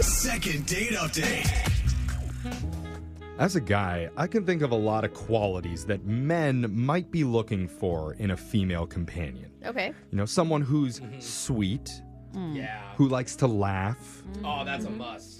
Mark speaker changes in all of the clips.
Speaker 1: Second date update.
Speaker 2: As a guy, I can think of a lot of qualities that men might be looking for in a female companion.
Speaker 3: Okay.
Speaker 2: You know, someone who's sweet,
Speaker 3: Mm.
Speaker 4: Yeah.
Speaker 2: who likes to laugh.
Speaker 4: Oh, that's a
Speaker 2: Mm-hmm.
Speaker 4: must.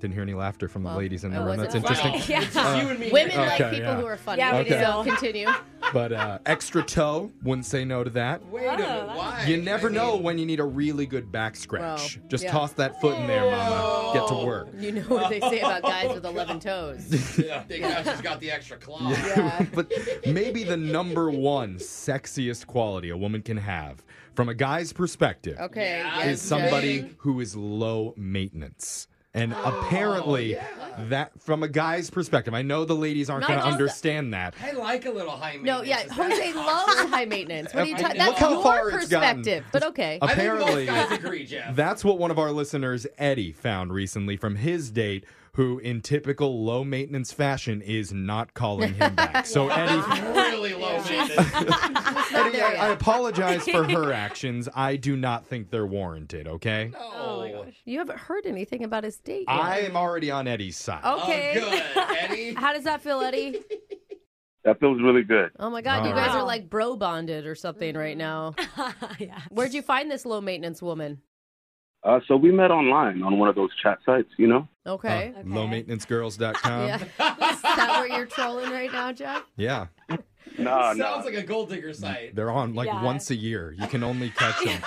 Speaker 2: Didn't hear any laughter from the
Speaker 3: Well,
Speaker 2: ladies in the
Speaker 3: it
Speaker 2: room.
Speaker 3: wasn't
Speaker 2: That's
Speaker 3: a
Speaker 2: interesting.
Speaker 4: Wow.
Speaker 3: Yeah.
Speaker 4: It's just you and me.
Speaker 3: Women
Speaker 4: here.
Speaker 3: like
Speaker 2: Okay,
Speaker 3: people
Speaker 2: yeah.
Speaker 3: who are funny.
Speaker 5: Yeah, we
Speaker 2: Okay. do.
Speaker 3: So continue.
Speaker 2: But uh, extra toe, wouldn't say no to that.
Speaker 4: Wait a minute. Why?
Speaker 2: You never
Speaker 4: I
Speaker 2: know
Speaker 4: mean,
Speaker 2: when you need a really good back scratch.
Speaker 3: Wow.
Speaker 2: Just
Speaker 3: Yeah.
Speaker 2: toss that foot in there, mama. Get to work.
Speaker 3: You know what they say about guys with 11 toes.
Speaker 4: I think now she's got the extra claw.
Speaker 3: Yeah.
Speaker 2: but maybe the number one sexiest quality a woman can have from a guy's perspective
Speaker 3: Okay.
Speaker 4: Yeah.
Speaker 3: yes,
Speaker 2: is
Speaker 4: okay.
Speaker 2: somebody who is low maintenance. And
Speaker 3: Oh,
Speaker 2: apparently, that from a guy's perspective, I know the ladies aren't
Speaker 3: Not
Speaker 2: going to
Speaker 3: just-
Speaker 2: understand that.
Speaker 4: I like a little high
Speaker 3: No,
Speaker 4: maintenance.
Speaker 3: yeah,
Speaker 4: Is that
Speaker 3: Jose
Speaker 4: possible?
Speaker 3: loves high maintenance. What are you
Speaker 2: I
Speaker 3: talking?
Speaker 4: know.
Speaker 3: That's
Speaker 4: Look how
Speaker 3: your
Speaker 2: far it's gotten.
Speaker 3: perspective, but okay.
Speaker 2: A-
Speaker 4: I think
Speaker 2: Apparently-
Speaker 4: most guys agree, Jeff.
Speaker 2: That's what one of our listeners, Eddie, found recently from his date, who, in typical low maintenance fashion, is not calling him back. So, Eddie,
Speaker 4: really low maintenance.
Speaker 3: Not
Speaker 2: Eddie,
Speaker 3: there
Speaker 2: I, I
Speaker 3: yet.
Speaker 2: apologize for her actions. I do not think they're warranted, okay?
Speaker 4: Oh,
Speaker 3: You haven't heard anything about his date. yet.
Speaker 2: I am already on Eddie's side.
Speaker 5: Okay.
Speaker 4: Oh, good. Eddie?
Speaker 2: Oh,
Speaker 3: How does that feel, Eddie?
Speaker 6: That feels really good.
Speaker 3: Oh my God, you
Speaker 2: Wow.
Speaker 3: guys are like bro bonded or something right now.
Speaker 5: yeah.
Speaker 3: Where'd you find this low maintenance woman?
Speaker 6: Uh, so we met online on one of those chat sites, you know?
Speaker 3: Okay.
Speaker 2: Uh, um,
Speaker 5: Okay.
Speaker 2: Lowmaintenancegirls.com.
Speaker 3: yeah.
Speaker 2: yeah.
Speaker 3: Is that where you're trolling right now, Jeff?
Speaker 6: Nah,
Speaker 4: Sounds
Speaker 6: nah.
Speaker 4: like a gold digger site.
Speaker 2: They're on like
Speaker 5: Yeah.
Speaker 2: once a year. You can only catch them.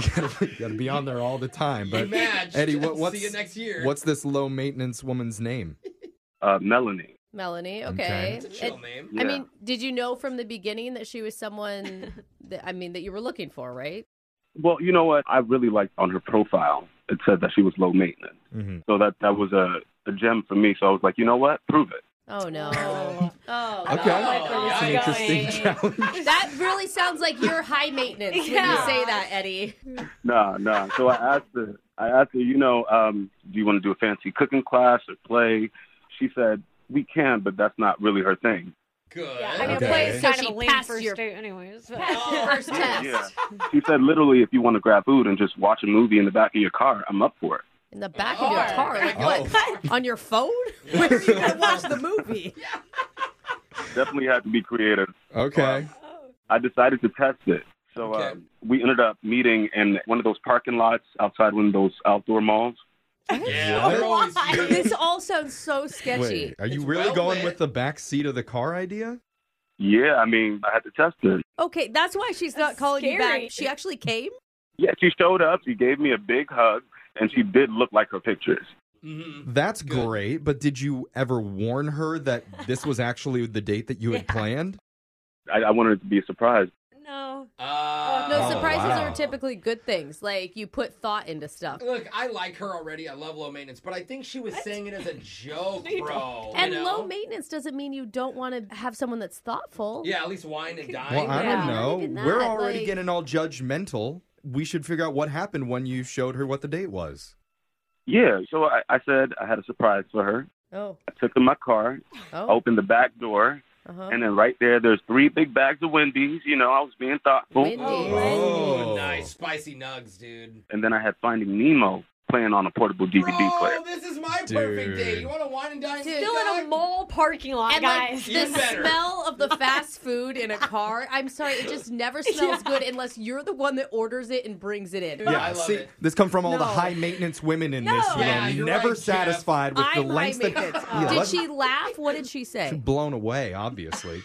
Speaker 2: you, gotta, you gotta be on there all the time.
Speaker 4: You
Speaker 2: But
Speaker 4: matched.
Speaker 2: Eddie, what, what's
Speaker 4: See you next year.
Speaker 2: what's this low maintenance woman's name?
Speaker 6: uh, Melanie.
Speaker 3: Melanie. Okay.
Speaker 2: Okay.
Speaker 4: It's a chill
Speaker 3: And-
Speaker 4: name?
Speaker 6: Yeah.
Speaker 3: I mean, did you know from the beginning that she was someone that I mean that you were looking for, right?
Speaker 6: well, you know what? I really liked on her profile. It said that she was low maintenance,
Speaker 2: Mm-hmm.
Speaker 6: so that that was a, a gem for me. So I was like, you know what? Prove it.
Speaker 3: Oh no.
Speaker 5: Oh.
Speaker 3: Oh,
Speaker 2: Okay.
Speaker 3: no.
Speaker 4: where
Speaker 2: That's an
Speaker 4: this is
Speaker 2: interesting challenge.
Speaker 3: That really sounds like you're high maintenance when you
Speaker 5: Yeah.
Speaker 3: say that, Eddie.
Speaker 6: Nah, nah. So I asked her. I asked her, you know, um, do you want to do a fancy cooking class or play? She said we can, but that's not really her thing.
Speaker 4: Good. Oh,
Speaker 5: Yeah, I mean,
Speaker 2: Okay.
Speaker 5: a play
Speaker 3: So
Speaker 5: is kind
Speaker 3: she
Speaker 5: of a lame
Speaker 3: passed
Speaker 5: first
Speaker 3: your-
Speaker 5: date, anyways. but-
Speaker 3: First test.
Speaker 6: Yeah. She said literally, if you want to grab food and just watch a movie in the back of your car, I'm up for it.
Speaker 3: In the back of your
Speaker 4: Oh.
Speaker 3: car. Like, what? On your phone? Where are you going to watch the movie?
Speaker 6: Definitely had to be creative.
Speaker 2: Okay.
Speaker 6: I decided to test it. So
Speaker 4: Okay.
Speaker 6: um, we ended up meeting in one of those parking lots outside one of those outdoor malls.
Speaker 4: Yeah, they're always good.
Speaker 3: This all sounds so sketchy.
Speaker 2: Wait, are you
Speaker 4: It's
Speaker 2: really
Speaker 4: well
Speaker 2: going
Speaker 4: lit.
Speaker 2: with the back seat of the car idea?
Speaker 6: Yeah, I mean, I had to test it.
Speaker 3: Okay, that's why she's not
Speaker 5: That's
Speaker 3: calling you
Speaker 5: scary.
Speaker 3: back. She actually came?
Speaker 6: Yeah, she showed up. She gave me a big hug, and she did look like her pictures.
Speaker 4: Mhm.
Speaker 2: That's
Speaker 4: Good.
Speaker 2: great, but did you ever warn her that this was actually the date that you had planned?
Speaker 6: I, I wanted it to be a surprise.
Speaker 5: No.
Speaker 4: Uh,
Speaker 3: No,
Speaker 2: Oh,
Speaker 3: surprises
Speaker 2: wow.
Speaker 3: are typically good things. Like you put thought into stuff.
Speaker 4: Look, I like her already. I love low maintenance, but I think she was saying it as a joke, bro.
Speaker 3: And
Speaker 4: you know?
Speaker 3: low maintenance doesn't mean you don't want to have someone that's thoughtful.
Speaker 4: Yeah, at least wine and dine.
Speaker 2: Well, I
Speaker 3: Yeah.
Speaker 2: don't
Speaker 3: Not even
Speaker 2: know.
Speaker 3: that,
Speaker 2: We're already
Speaker 3: like-
Speaker 2: getting all judgmental. We should figure out what happened when you showed her what the date was.
Speaker 6: Yeah, so I, I said I had a surprise for her.
Speaker 3: Oh.
Speaker 6: I took her in my car,
Speaker 3: Oh.
Speaker 6: opened the back door,
Speaker 3: Uh-huh.
Speaker 6: and then right there, there's three big bags of Wendy's. You know, I was being thoughtful.
Speaker 3: Wendy's.
Speaker 2: Oh.
Speaker 4: Ooh, nice spicy nugs, dude.
Speaker 6: And then I had Finding Nemo playing on a portable DVD player.
Speaker 4: Bro, this is my perfect
Speaker 2: Dude.
Speaker 4: day. You want to wine and dine?
Speaker 3: Dude.
Speaker 5: Still in
Speaker 4: mall.
Speaker 5: a mall parking lot,
Speaker 3: And like
Speaker 5: guys.
Speaker 3: the
Speaker 4: You better.
Speaker 3: smell of the fast food in a car, I'm sorry, it just never smells good unless you're the one that orders it and brings it in.
Speaker 4: Yeah, I love
Speaker 2: see,
Speaker 4: it.
Speaker 2: this come from all the
Speaker 3: No.
Speaker 2: high maintenance women in this room,
Speaker 4: Yeah, you're
Speaker 2: never
Speaker 4: right, Jeff.
Speaker 2: satisfied with
Speaker 3: I'm
Speaker 2: the
Speaker 3: high
Speaker 2: lengths that
Speaker 3: maintenance.
Speaker 4: Uh,
Speaker 2: Yeah,
Speaker 3: Did
Speaker 2: let's-
Speaker 3: she laugh? What did she say?
Speaker 2: blown away, obviously.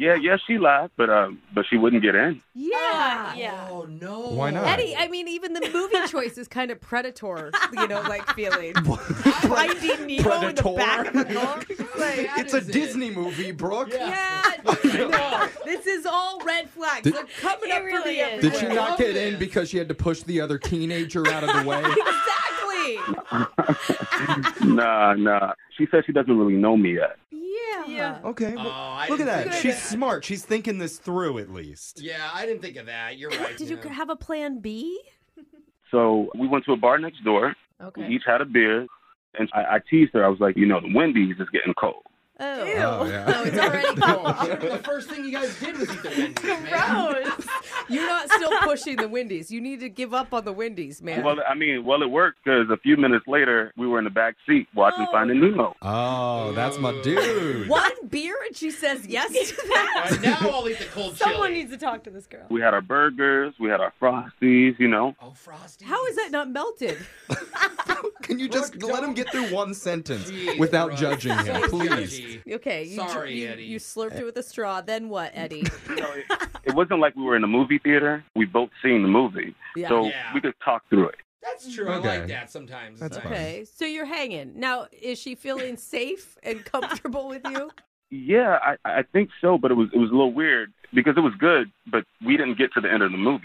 Speaker 6: Yeah, yeah, she laughed, but uh, but she wouldn't get in.
Speaker 3: Yeah.
Speaker 5: Yeah.
Speaker 4: Oh no.
Speaker 2: Why not?
Speaker 3: Eddie, I mean, even the movie choice is kind of predator, you know, like feeling.
Speaker 5: Finding Nemo in the back of the car.
Speaker 4: That
Speaker 2: it's a
Speaker 4: is it.
Speaker 2: Disney movie, Brooke.
Speaker 3: Yeah,
Speaker 4: No.
Speaker 3: this is all red flags.
Speaker 2: Did-
Speaker 3: They're coming
Speaker 5: It
Speaker 3: up for
Speaker 5: really
Speaker 3: me.
Speaker 5: is.
Speaker 2: Did
Speaker 3: everywhere.
Speaker 2: she
Speaker 4: I
Speaker 2: not
Speaker 4: love
Speaker 2: get
Speaker 4: this.
Speaker 2: in because she had to push the other teenager out of the way?
Speaker 3: Exactly.
Speaker 6: Nah, nah. She said she doesn't really know me yet.
Speaker 3: Yeah.
Speaker 5: Yeah.
Speaker 2: Okay.
Speaker 4: Oh,
Speaker 2: well,
Speaker 4: I
Speaker 2: look at
Speaker 4: didn't
Speaker 2: that.
Speaker 4: think of
Speaker 2: She's
Speaker 4: that.
Speaker 2: smart. She's thinking this through at least.
Speaker 4: Yeah, I didn't think of that. You're right.
Speaker 3: Did you
Speaker 4: yeah.
Speaker 3: have a plan B?
Speaker 6: So we went to a bar next door. We
Speaker 3: Okay.
Speaker 6: each had a beer, and I, I teased her. I was like, you know, the Wendy's is getting cold.
Speaker 3: Oh.
Speaker 2: Oh,
Speaker 3: No,
Speaker 2: yeah.
Speaker 3: it's already cold.
Speaker 4: the first thing you guys did was eat the Wendy's. Man.
Speaker 5: Gross.
Speaker 3: You're not still pushing the Wendy's. You need to give up on the Wendy's, man.
Speaker 6: Well, I mean, well, it worked because a few minutes later, we were in the back seat watching
Speaker 3: Oh.
Speaker 6: Finding Nemo.
Speaker 2: Oh, that's my dude.
Speaker 3: One beer and she says yes to that.
Speaker 4: And now I'll eat the cold
Speaker 5: Someone
Speaker 4: chili.
Speaker 5: needs to talk to this girl.
Speaker 6: We had our burgers, we had our frosties, you know.
Speaker 4: oh, frosty.
Speaker 3: How is that not melted?
Speaker 2: Can you just
Speaker 4: Look,
Speaker 2: let
Speaker 4: don't-
Speaker 2: him get through one sentence
Speaker 4: Jeez,
Speaker 2: without
Speaker 4: bro.
Speaker 2: judging him,
Speaker 4: So
Speaker 2: please?
Speaker 4: judgy.
Speaker 3: Okay, you,
Speaker 4: Sorry,
Speaker 3: you,
Speaker 4: Eddie.
Speaker 3: you slurped it with a straw. Then what, Eddie?
Speaker 6: You know, it, it wasn't like we were in a movie theater. We both seen the movie,
Speaker 3: Yeah.
Speaker 6: so
Speaker 4: Yeah.
Speaker 6: we could talk through it.
Speaker 4: That's true. I
Speaker 2: Okay.
Speaker 4: like that sometimes.
Speaker 2: That's
Speaker 4: It's
Speaker 2: fine.
Speaker 4: nice.
Speaker 3: Okay, so you're hanging. Now, is she feeling safe and comfortable with you?
Speaker 6: Yeah, I, I think so, but it was it was a little weird because it was good, but we didn't get to the end of the movie.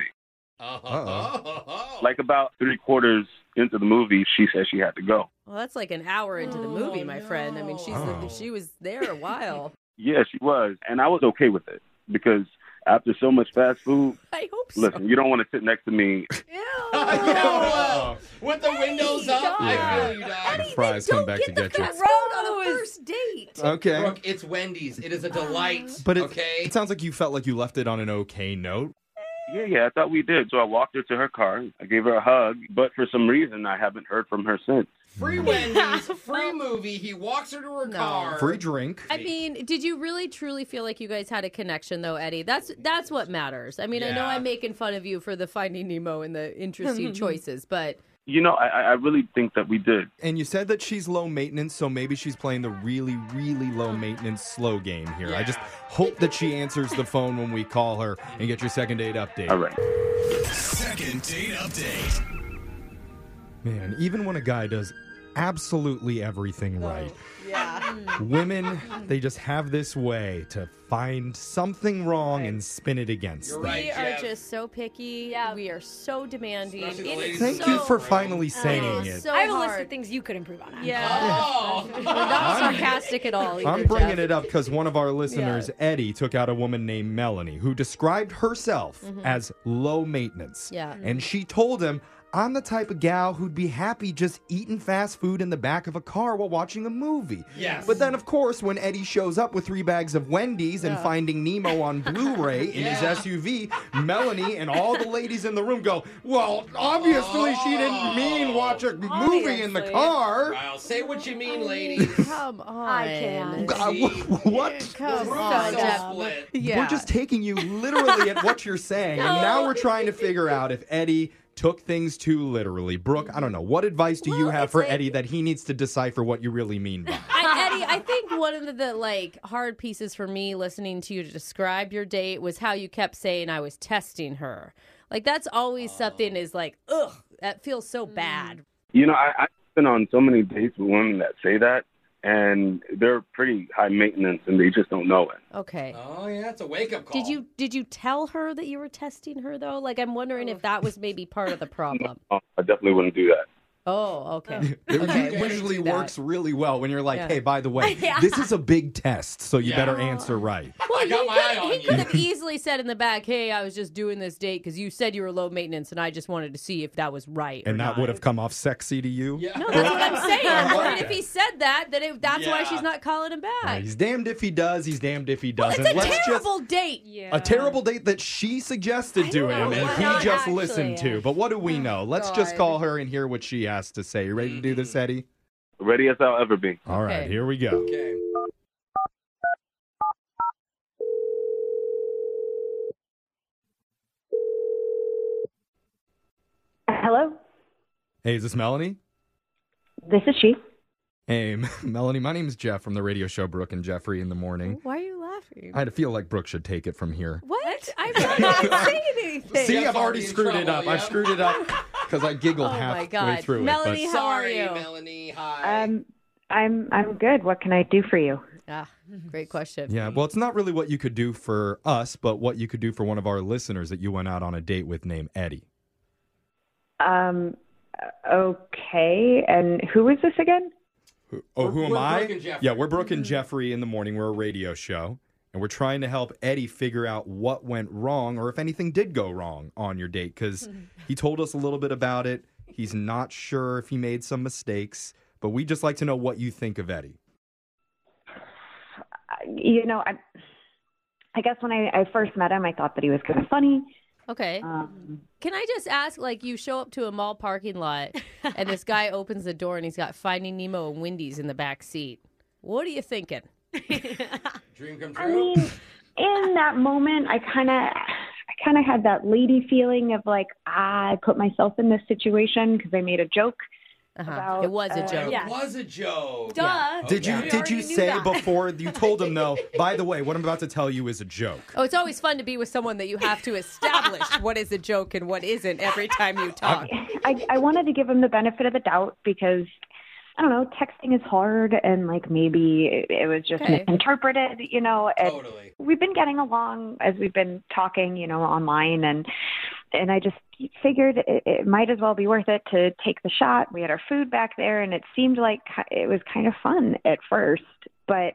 Speaker 4: Oh,
Speaker 6: Like about three quarters into the movie, she said she had to go.
Speaker 3: Well, that's like an hour into the movie,
Speaker 4: Oh,
Speaker 3: my friend. I mean, she's
Speaker 2: no.
Speaker 3: she was there a while.
Speaker 6: Yeah, she was, and I was okay with it because after so much fast food,
Speaker 3: I hope so.
Speaker 6: listen, you don't want to sit next to me.
Speaker 4: Yeah, whoa. With the windows up,
Speaker 2: Yeah.
Speaker 4: I feel you, dog.
Speaker 2: And fries come back to get you.
Speaker 3: fast food on the first date.
Speaker 2: Okay.
Speaker 4: Brooke, it's Wendy's. It is a delight.
Speaker 2: Uh-huh. But it,
Speaker 4: okay.
Speaker 2: it sounds like you felt like you left it on an okay note.
Speaker 6: Yeah, yeah, I thought we did. So I walked her to her car. I gave her a hug, but for some reason, I haven't heard from her since.
Speaker 4: free Wendy's, free movie. He walks her to her
Speaker 3: No.
Speaker 4: car.
Speaker 2: Free drink.
Speaker 3: I mean, did you really truly feel like you guys had a connection though, Eddie? That's that's what matters. I mean, I know
Speaker 4: Yeah.
Speaker 3: I'm making fun of you for the Finding Nemo and the interesting choices, but
Speaker 6: You know, I, I I really think that we did.
Speaker 2: And you said that she's low maintenance, so maybe she's playing the really, really low maintenance slow game here. I just
Speaker 4: Yeah.
Speaker 2: hope that she answers the phone when we call her and get your second date update.
Speaker 6: All right.
Speaker 1: Second date update.
Speaker 2: Man, even when a guy does absolutely everything
Speaker 4: Oh,
Speaker 2: right,
Speaker 5: Yeah.
Speaker 2: women, they just have this way to find something wrong and spin it against
Speaker 4: You're
Speaker 2: them.
Speaker 4: right.
Speaker 3: we are
Speaker 4: Jeff.
Speaker 3: just so picky.
Speaker 5: Yeah.
Speaker 3: We are so demanding.
Speaker 4: Especially the
Speaker 3: It is
Speaker 4: ladies.
Speaker 2: Thank
Speaker 3: so-
Speaker 2: you for
Speaker 4: right.
Speaker 2: finally saying
Speaker 3: oh,
Speaker 2: it.
Speaker 3: So
Speaker 5: I have a list
Speaker 3: hard.
Speaker 5: of things you could improve on.
Speaker 3: Yeah. We're
Speaker 4: Oh.
Speaker 3: not sarcastic at all. Either,
Speaker 2: I'm bringing
Speaker 3: Jeff.
Speaker 2: it up because one of our listeners, Eddie, took out a woman named Melanie who described herself as low maintenance.
Speaker 3: Yeah.
Speaker 2: And she told him, I'm the type of gal who'd be happy just eating fast food in the back of a car while watching a movie.
Speaker 4: Yes.
Speaker 2: But then, of course, when Eddie shows up with three bags of Wendy's and finding Nemo on Blu ray in
Speaker 4: Yeah.
Speaker 2: his SUV, Melanie and all the ladies in the room go, Well, obviously she didn't mean watch a movie in the
Speaker 5: Obviously.
Speaker 2: car.
Speaker 4: I'll say what you
Speaker 3: Oh.
Speaker 4: mean, ladies.
Speaker 3: Come on.
Speaker 5: can't.
Speaker 2: Uh, wh- what?
Speaker 3: Come
Speaker 4: We're
Speaker 3: on,
Speaker 4: so
Speaker 3: Jeff.
Speaker 4: split.
Speaker 3: Yeah.
Speaker 2: We're just taking you literally at what you're saying. And now we're trying to figure out if Eddie took things too literally. Brooke, I don't know. What advice do you
Speaker 3: Well,
Speaker 2: have
Speaker 3: it's
Speaker 2: for
Speaker 3: like-
Speaker 2: Eddie that he needs to decipher what you really mean by? it?
Speaker 3: I, Eddie, I think one of the, the like hard pieces for me listening to you to describe your date was how you kept saying I was testing her. Like that's always something is like, ugh, that feels so
Speaker 2: Mm.
Speaker 3: bad.
Speaker 6: You know, I, I've been on so many dates with women that say that, and they're pretty high maintenance, and they just don't know it.
Speaker 3: Okay.
Speaker 4: Oh yeah, it's a wake up call.
Speaker 3: Did you did you tell her that you were testing her though? Like I'm wondering
Speaker 2: Oh.
Speaker 3: if that was maybe part of the problem.
Speaker 6: Oh, I definitely wouldn't do that.
Speaker 3: Oh, okay.
Speaker 2: It
Speaker 3: Okay,
Speaker 2: u-
Speaker 4: we can
Speaker 2: usually
Speaker 3: do that.
Speaker 2: works really well when you're like,
Speaker 3: Yeah.
Speaker 2: hey, by the way, this is a big test, so you
Speaker 4: Yeah.
Speaker 2: better answer right.
Speaker 4: I got my eye on
Speaker 3: He
Speaker 4: you.
Speaker 3: could have easily said in the back, "Hey, I was just doing this date because you said you were low maintenance, and I just wanted to see if that was right."
Speaker 2: And that would have come off sexy to you.
Speaker 4: Yeah.
Speaker 3: No, that's what I'm saying.
Speaker 2: I
Speaker 3: I'm
Speaker 2: like
Speaker 3: worried if
Speaker 2: that.
Speaker 3: he said that, then it, that's why
Speaker 4: Yeah.
Speaker 3: she's not calling him back.
Speaker 2: Uh, he's damned if he does, he's damned if he
Speaker 3: It's
Speaker 2: doesn't.
Speaker 3: a
Speaker 2: Let's just
Speaker 3: terrible date.
Speaker 5: Yeah.
Speaker 2: a terrible date that she suggested to him
Speaker 5: know,
Speaker 2: and
Speaker 4: why
Speaker 2: he
Speaker 5: not
Speaker 2: just
Speaker 5: actually?
Speaker 2: listened to. But what do we know? Let's just
Speaker 3: Oh, God. Mm-hmm.
Speaker 2: call her and hear what she has to say. You ready to do this, Eddie?
Speaker 6: Ready as I'll ever be.
Speaker 2: All right,
Speaker 3: Okay.
Speaker 2: here we go.
Speaker 4: Okay.
Speaker 7: Hello,
Speaker 2: Hey, is this Melanie?
Speaker 7: this is she.
Speaker 2: Hey, M- Melanie, my name is Jeff from the radio show Brooke and Jeffrey in the morning.
Speaker 3: Why are you laughing?
Speaker 2: I had to feel like Brooke should take it from here.
Speaker 3: What? I'm not even saying anything.
Speaker 2: See,
Speaker 4: Jeff's
Speaker 2: I've already
Speaker 4: already in
Speaker 2: screwed it
Speaker 4: trouble,
Speaker 2: up. I've
Speaker 4: yeah.
Speaker 2: screwed it up because I giggled
Speaker 3: Oh my
Speaker 2: halfway
Speaker 3: God.
Speaker 2: through
Speaker 3: Melanie,
Speaker 2: it.
Speaker 3: how are
Speaker 4: Sorry,
Speaker 3: you?
Speaker 4: Melanie. Hi.
Speaker 7: Um, I'm I'm good. What can I do for you?
Speaker 3: Ah, great question.
Speaker 2: But yeah, well, it's not really what you could do for us, but what you could do for one of our listeners that you went out on a date with named Eddie.
Speaker 7: Um, okay. And who is this again?
Speaker 2: Oh,
Speaker 4: We're-
Speaker 2: who am
Speaker 4: we're
Speaker 2: I?
Speaker 4: Brooke and Jeffrey.
Speaker 2: yeah, we're Brooke and Jeffrey in the morning. We're a radio show, and we're trying to help Eddie figure out what went wrong or if anything did go wrong on your date because he told us a little bit about it. He's not sure if he made some mistakes, but we just like to know what you think of Eddie.
Speaker 7: you know, I, I guess when I, I first met him, I thought that he was kind of funny.
Speaker 3: Okay.
Speaker 7: Um,
Speaker 3: Can I just ask, like, you show up to a mall parking lot and this guy opens the door and he's got Finding Nemo and Wendy's in the back seat. What are you thinking?
Speaker 4: Dream come
Speaker 7: I
Speaker 4: true.
Speaker 7: mean, in that moment, I kind of, I kind of had that lady feeling of like ah, I put myself in this situation because I made a joke.
Speaker 3: Uh-huh.
Speaker 7: About,
Speaker 3: it was a
Speaker 7: uh,
Speaker 3: joke.
Speaker 4: It
Speaker 5: Yeah.
Speaker 4: was a joke.
Speaker 5: Duh.
Speaker 4: Yeah.
Speaker 2: Did you
Speaker 4: Okay.
Speaker 5: Oh, We
Speaker 2: did you
Speaker 5: already knew
Speaker 2: say
Speaker 5: that.
Speaker 2: before you told him though? By the way, what I'm about to tell you is a joke.
Speaker 3: Oh, it's always fun to be with someone that you have to establish what is a joke and what isn't every time you talk.
Speaker 7: I, I wanted to give him the benefit of the doubt because I don't know, texting is hard, and like maybe it, it was just
Speaker 3: Okay.
Speaker 7: misinterpreted, you know. And
Speaker 4: Totally.
Speaker 7: we've been getting along as we've been talking, you know, online, and and I just figured it, it might as well be worth it to take the shot. We had our food back there, and it seemed like ki- it was kind of fun at first, but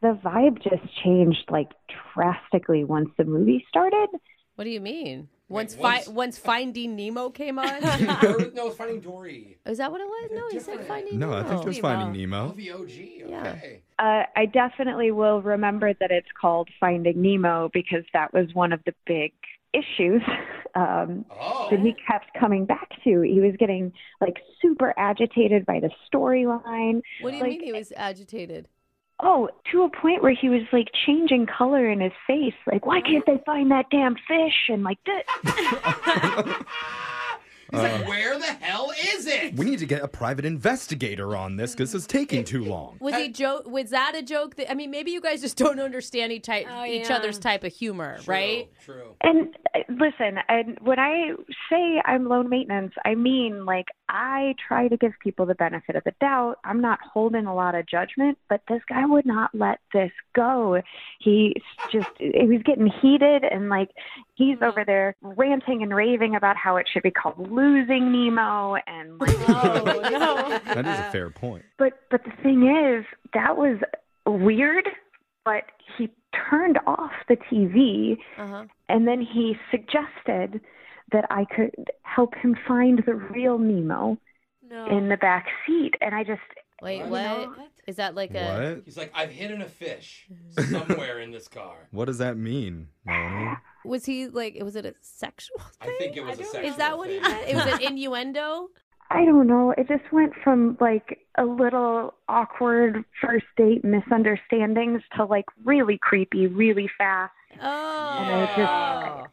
Speaker 7: the vibe just changed like drastically once the movie started.
Speaker 3: What do you mean? Once,
Speaker 4: once-
Speaker 3: fi- once Finding Nemo came on?
Speaker 4: Or- no, it's Finding Dory.
Speaker 3: is that what it was? No, you said
Speaker 4: different.
Speaker 3: Finding
Speaker 2: No,
Speaker 3: Oh, Nemo.
Speaker 2: I think it was Finding Nemo.
Speaker 4: LVOG.
Speaker 3: Yeah.
Speaker 4: Okay.
Speaker 7: Uh, I definitely will remember that it's called Finding Nemo because that was one of the big issues um,
Speaker 4: Oh.
Speaker 7: that he kept coming back to. He was getting like super agitated by the storyline.
Speaker 3: What do you
Speaker 7: Like-
Speaker 3: mean he was agitated?
Speaker 7: Oh, to a point where he was like changing color in his face. Like, why can't they find that damn fish? And like, this.
Speaker 4: He's like, where the hell is it?
Speaker 2: Uh, We need to get a private investigator on this because it's taking too long.
Speaker 3: Was he joke? Was that a joke? That I mean, maybe you guys just don't understand each, type,
Speaker 5: Oh,
Speaker 3: each
Speaker 5: yeah.
Speaker 3: other's type of humor,
Speaker 4: True,
Speaker 3: right?
Speaker 4: True.
Speaker 7: And uh, listen, and when I say I'm loan maintenance, I mean like I try to give people the benefit of the doubt. I'm not holding a lot of judgment, but this guy would not let this go. He just he was getting heated and like he's over there ranting and raving about how it should be called losing Nemo and like
Speaker 5: Oh, no.
Speaker 2: That is a fair point.
Speaker 7: but but the thing is, that was weird, but he turned off the TV
Speaker 3: Uh-huh.
Speaker 7: and then he suggested that I could help him find the real Nemo in the back seat. And I just,
Speaker 3: Wait,
Speaker 4: What?
Speaker 3: what? Is
Speaker 5: What?
Speaker 3: that like a?
Speaker 2: What?
Speaker 4: He's like, I've hidden a fish somewhere in this car.
Speaker 2: What does that mean, Melanie?
Speaker 3: Was he like? Was it a sexual?
Speaker 4: I think it was a sexual
Speaker 3: Is that what he
Speaker 4: thing.
Speaker 3: meant? It was an innuendo.
Speaker 7: I don't know, it just went from like a little awkward first date misunderstandings to like really creepy, really fast.
Speaker 3: Oh,
Speaker 4: Yeah.
Speaker 7: I-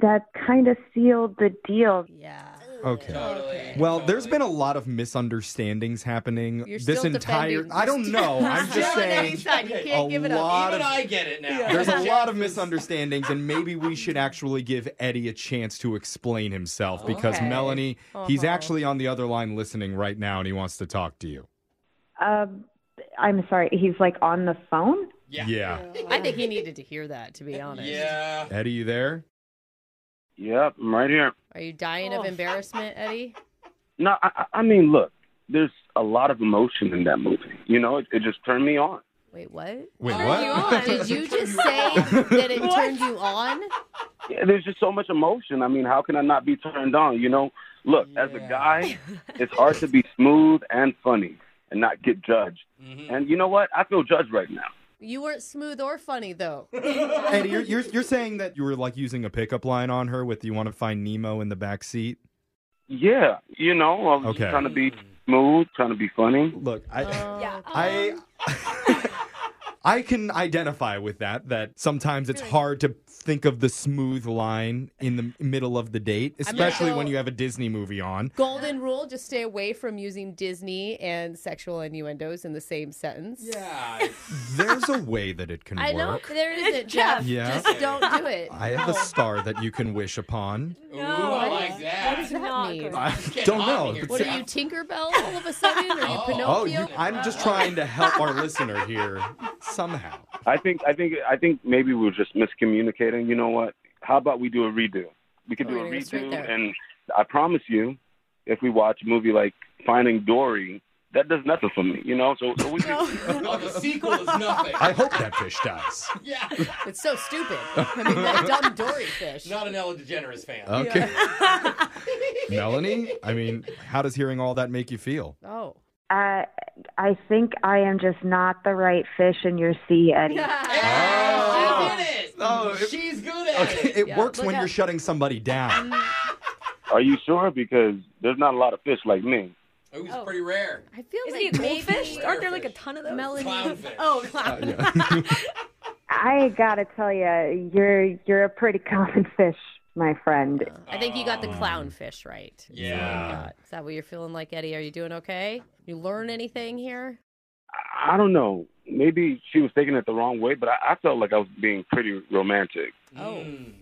Speaker 7: That kind of sealed the deal.
Speaker 3: yeah.
Speaker 2: Okay.
Speaker 4: Totally.
Speaker 2: Well, there's been
Speaker 4: Totally.
Speaker 2: a lot of misunderstandings happening
Speaker 3: You're
Speaker 2: this
Speaker 3: still
Speaker 2: entire.
Speaker 3: defending-
Speaker 2: I don't know. I'm
Speaker 3: Still
Speaker 2: just
Speaker 3: on that
Speaker 2: saying.
Speaker 3: side, you
Speaker 4: okay,
Speaker 3: can't
Speaker 2: a
Speaker 3: give it
Speaker 2: lot-
Speaker 3: up.
Speaker 4: Even
Speaker 2: of-
Speaker 4: I get it now.
Speaker 2: There's a lot of misunderstandings, and maybe we should actually give Eddie a chance to explain himself because
Speaker 3: Okay.
Speaker 2: Melanie, he's
Speaker 3: Uh-huh.
Speaker 2: actually on the other line listening right now, and he wants to talk to you.
Speaker 7: Um, I'm sorry, he's like on the phone?
Speaker 4: Yeah.
Speaker 2: yeah.
Speaker 3: I think he needed to hear that, to be honest.
Speaker 4: Yeah.
Speaker 2: Eddie, you there?
Speaker 6: Yep, I'm right here.
Speaker 3: Are you dying
Speaker 5: Oh.
Speaker 3: of embarrassment, Eddie?
Speaker 6: No, I, I I mean, look, there's a lot of emotion in that movie. You know, it, it just turned me on.
Speaker 3: Wait, what?
Speaker 2: Wait,
Speaker 4: Are
Speaker 2: what?
Speaker 4: you on?
Speaker 3: Did you just say that it turned you on?
Speaker 6: Yeah, there's just so much emotion. I mean, how can I not be turned on? You know, look, as a
Speaker 4: Yeah.
Speaker 6: guy, it's hard to be smooth and funny and not get judged.
Speaker 4: Mhm.
Speaker 6: And you know what? I feel judged right now.
Speaker 3: You weren't smooth or funny though.
Speaker 2: Eddie, you're, you're you're saying that you were like using a pickup line on her with "You want to find Nemo in the back seat."
Speaker 6: Yeah, you know, I was
Speaker 2: Okay.
Speaker 6: just trying to be smooth, trying to be funny.
Speaker 2: Look, I
Speaker 3: Oh, Um,
Speaker 5: Yeah.
Speaker 2: I I can identify with that. That sometimes it's hard to think of the smooth line in the middle of the date, especially
Speaker 3: go-
Speaker 2: when you have a Disney movie on.
Speaker 3: Golden rule: just stay away from using Disney and sexual innuendos in the same sentence.
Speaker 4: Yeah. it's-
Speaker 2: There's a way that it can
Speaker 3: I know
Speaker 2: work.
Speaker 3: there isn't, Jeff.
Speaker 2: Yeah.
Speaker 3: Just don't do it.
Speaker 2: I have a star that you can wish upon.
Speaker 4: Ooh, I like that.
Speaker 5: That
Speaker 3: What does
Speaker 5: is
Speaker 3: that
Speaker 5: not
Speaker 3: mean?
Speaker 5: good.
Speaker 2: I
Speaker 4: Get
Speaker 2: don't
Speaker 4: on
Speaker 2: know.
Speaker 4: here,
Speaker 2: but-
Speaker 3: What are you, Tinkerbell? All of a sudden, are you
Speaker 4: Oh.
Speaker 2: oh,
Speaker 3: Pinocchio?
Speaker 2: you, I'm
Speaker 3: Uh,
Speaker 2: just trying to help our listener here somehow.
Speaker 6: I think, I think, I think maybe we were just miscommunicating. You know what? How about we do a redo? We could
Speaker 3: Oh,
Speaker 6: do a
Speaker 3: we're gonna go straight
Speaker 6: redo,
Speaker 3: there.
Speaker 6: and I promise you, if we watch a movie like Finding Dory, that does nothing for me. You know, so, so we.
Speaker 4: Oh, the sequel is nothing.
Speaker 2: I hope that fish dies.
Speaker 4: yeah.
Speaker 3: It's so stupid. I mean, that dumb Dory fish.
Speaker 4: Not an Ella DeGeneres fan.
Speaker 2: Okay. Melanie, I mean, how does hearing all that make you feel?
Speaker 3: Oh,
Speaker 7: Uh, I think I am just not the right fish in your sea, Eddie.
Speaker 4: Yeah, She did it.
Speaker 2: Oh, it-
Speaker 4: She's good at
Speaker 2: Okay,
Speaker 4: it.
Speaker 2: it
Speaker 3: Yeah,
Speaker 2: works
Speaker 3: look
Speaker 2: when
Speaker 3: up.
Speaker 2: you're shutting somebody down.
Speaker 6: Are you sure? Because there's not a lot of fish like me.
Speaker 4: It was
Speaker 5: Oh.
Speaker 4: pretty rare.
Speaker 3: I feel
Speaker 5: Isn't he a
Speaker 3: like
Speaker 5: goldfish?
Speaker 3: maybe
Speaker 5: Aren't there like a ton of those?
Speaker 3: Melanie.
Speaker 4: Clownfish.
Speaker 3: Oh, clown.
Speaker 7: I gotta tell you, you're you're a pretty common fish, my friend.
Speaker 3: I think you got the
Speaker 2: Um,
Speaker 3: clownfish right.
Speaker 4: Yeah.
Speaker 3: Is that what you're feeling like, Eddie? Are you doing okay? You learn anything here?
Speaker 6: I- I don't know. Maybe she was taking it the wrong way, but I, I felt like I was being pretty romantic.
Speaker 4: Mm,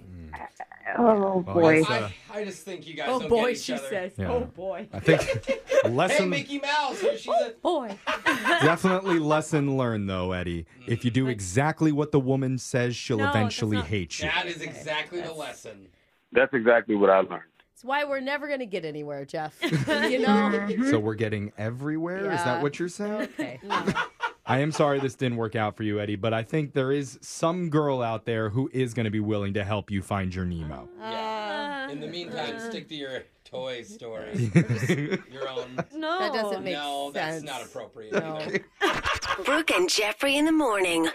Speaker 3: Oh.
Speaker 7: Oh
Speaker 2: I
Speaker 7: boy.
Speaker 2: guess, uh,
Speaker 4: I, I just think you guys.
Speaker 3: Oh
Speaker 4: don't
Speaker 3: boy,
Speaker 4: get each
Speaker 3: she
Speaker 4: other.
Speaker 3: says.
Speaker 2: Yeah.
Speaker 5: Oh boy.
Speaker 2: I think
Speaker 4: Hey,
Speaker 2: lesson
Speaker 4: Mickey Mouse. here She's a,
Speaker 3: Boy.
Speaker 2: definitely lesson learned though, Eddie. If you do exactly what the woman says, she'll
Speaker 5: Mm-hmm. No, that's
Speaker 2: eventually
Speaker 5: not-
Speaker 2: hate you.
Speaker 4: that is exactly the lesson.
Speaker 6: That's exactly what I learned.
Speaker 3: It's why we're never going to get anywhere, Jeff. you know?
Speaker 5: Mm-hmm.
Speaker 2: So we're getting everywhere. Is that
Speaker 3: Yeah.
Speaker 2: what you're saying?
Speaker 3: Okay.
Speaker 2: I am sorry this didn't work out for you, Eddie, but I think there is some girl out there who is going to be willing to help you find your Nemo.
Speaker 4: Yeah. In the meantime, stick to your toy story.
Speaker 5: Uh,
Speaker 4: your own.
Speaker 5: No.
Speaker 3: That doesn't make
Speaker 4: no,
Speaker 3: sense.
Speaker 4: that's not appropriate.
Speaker 3: No.
Speaker 4: either.
Speaker 8: Brooke and Jeffrey in the morning.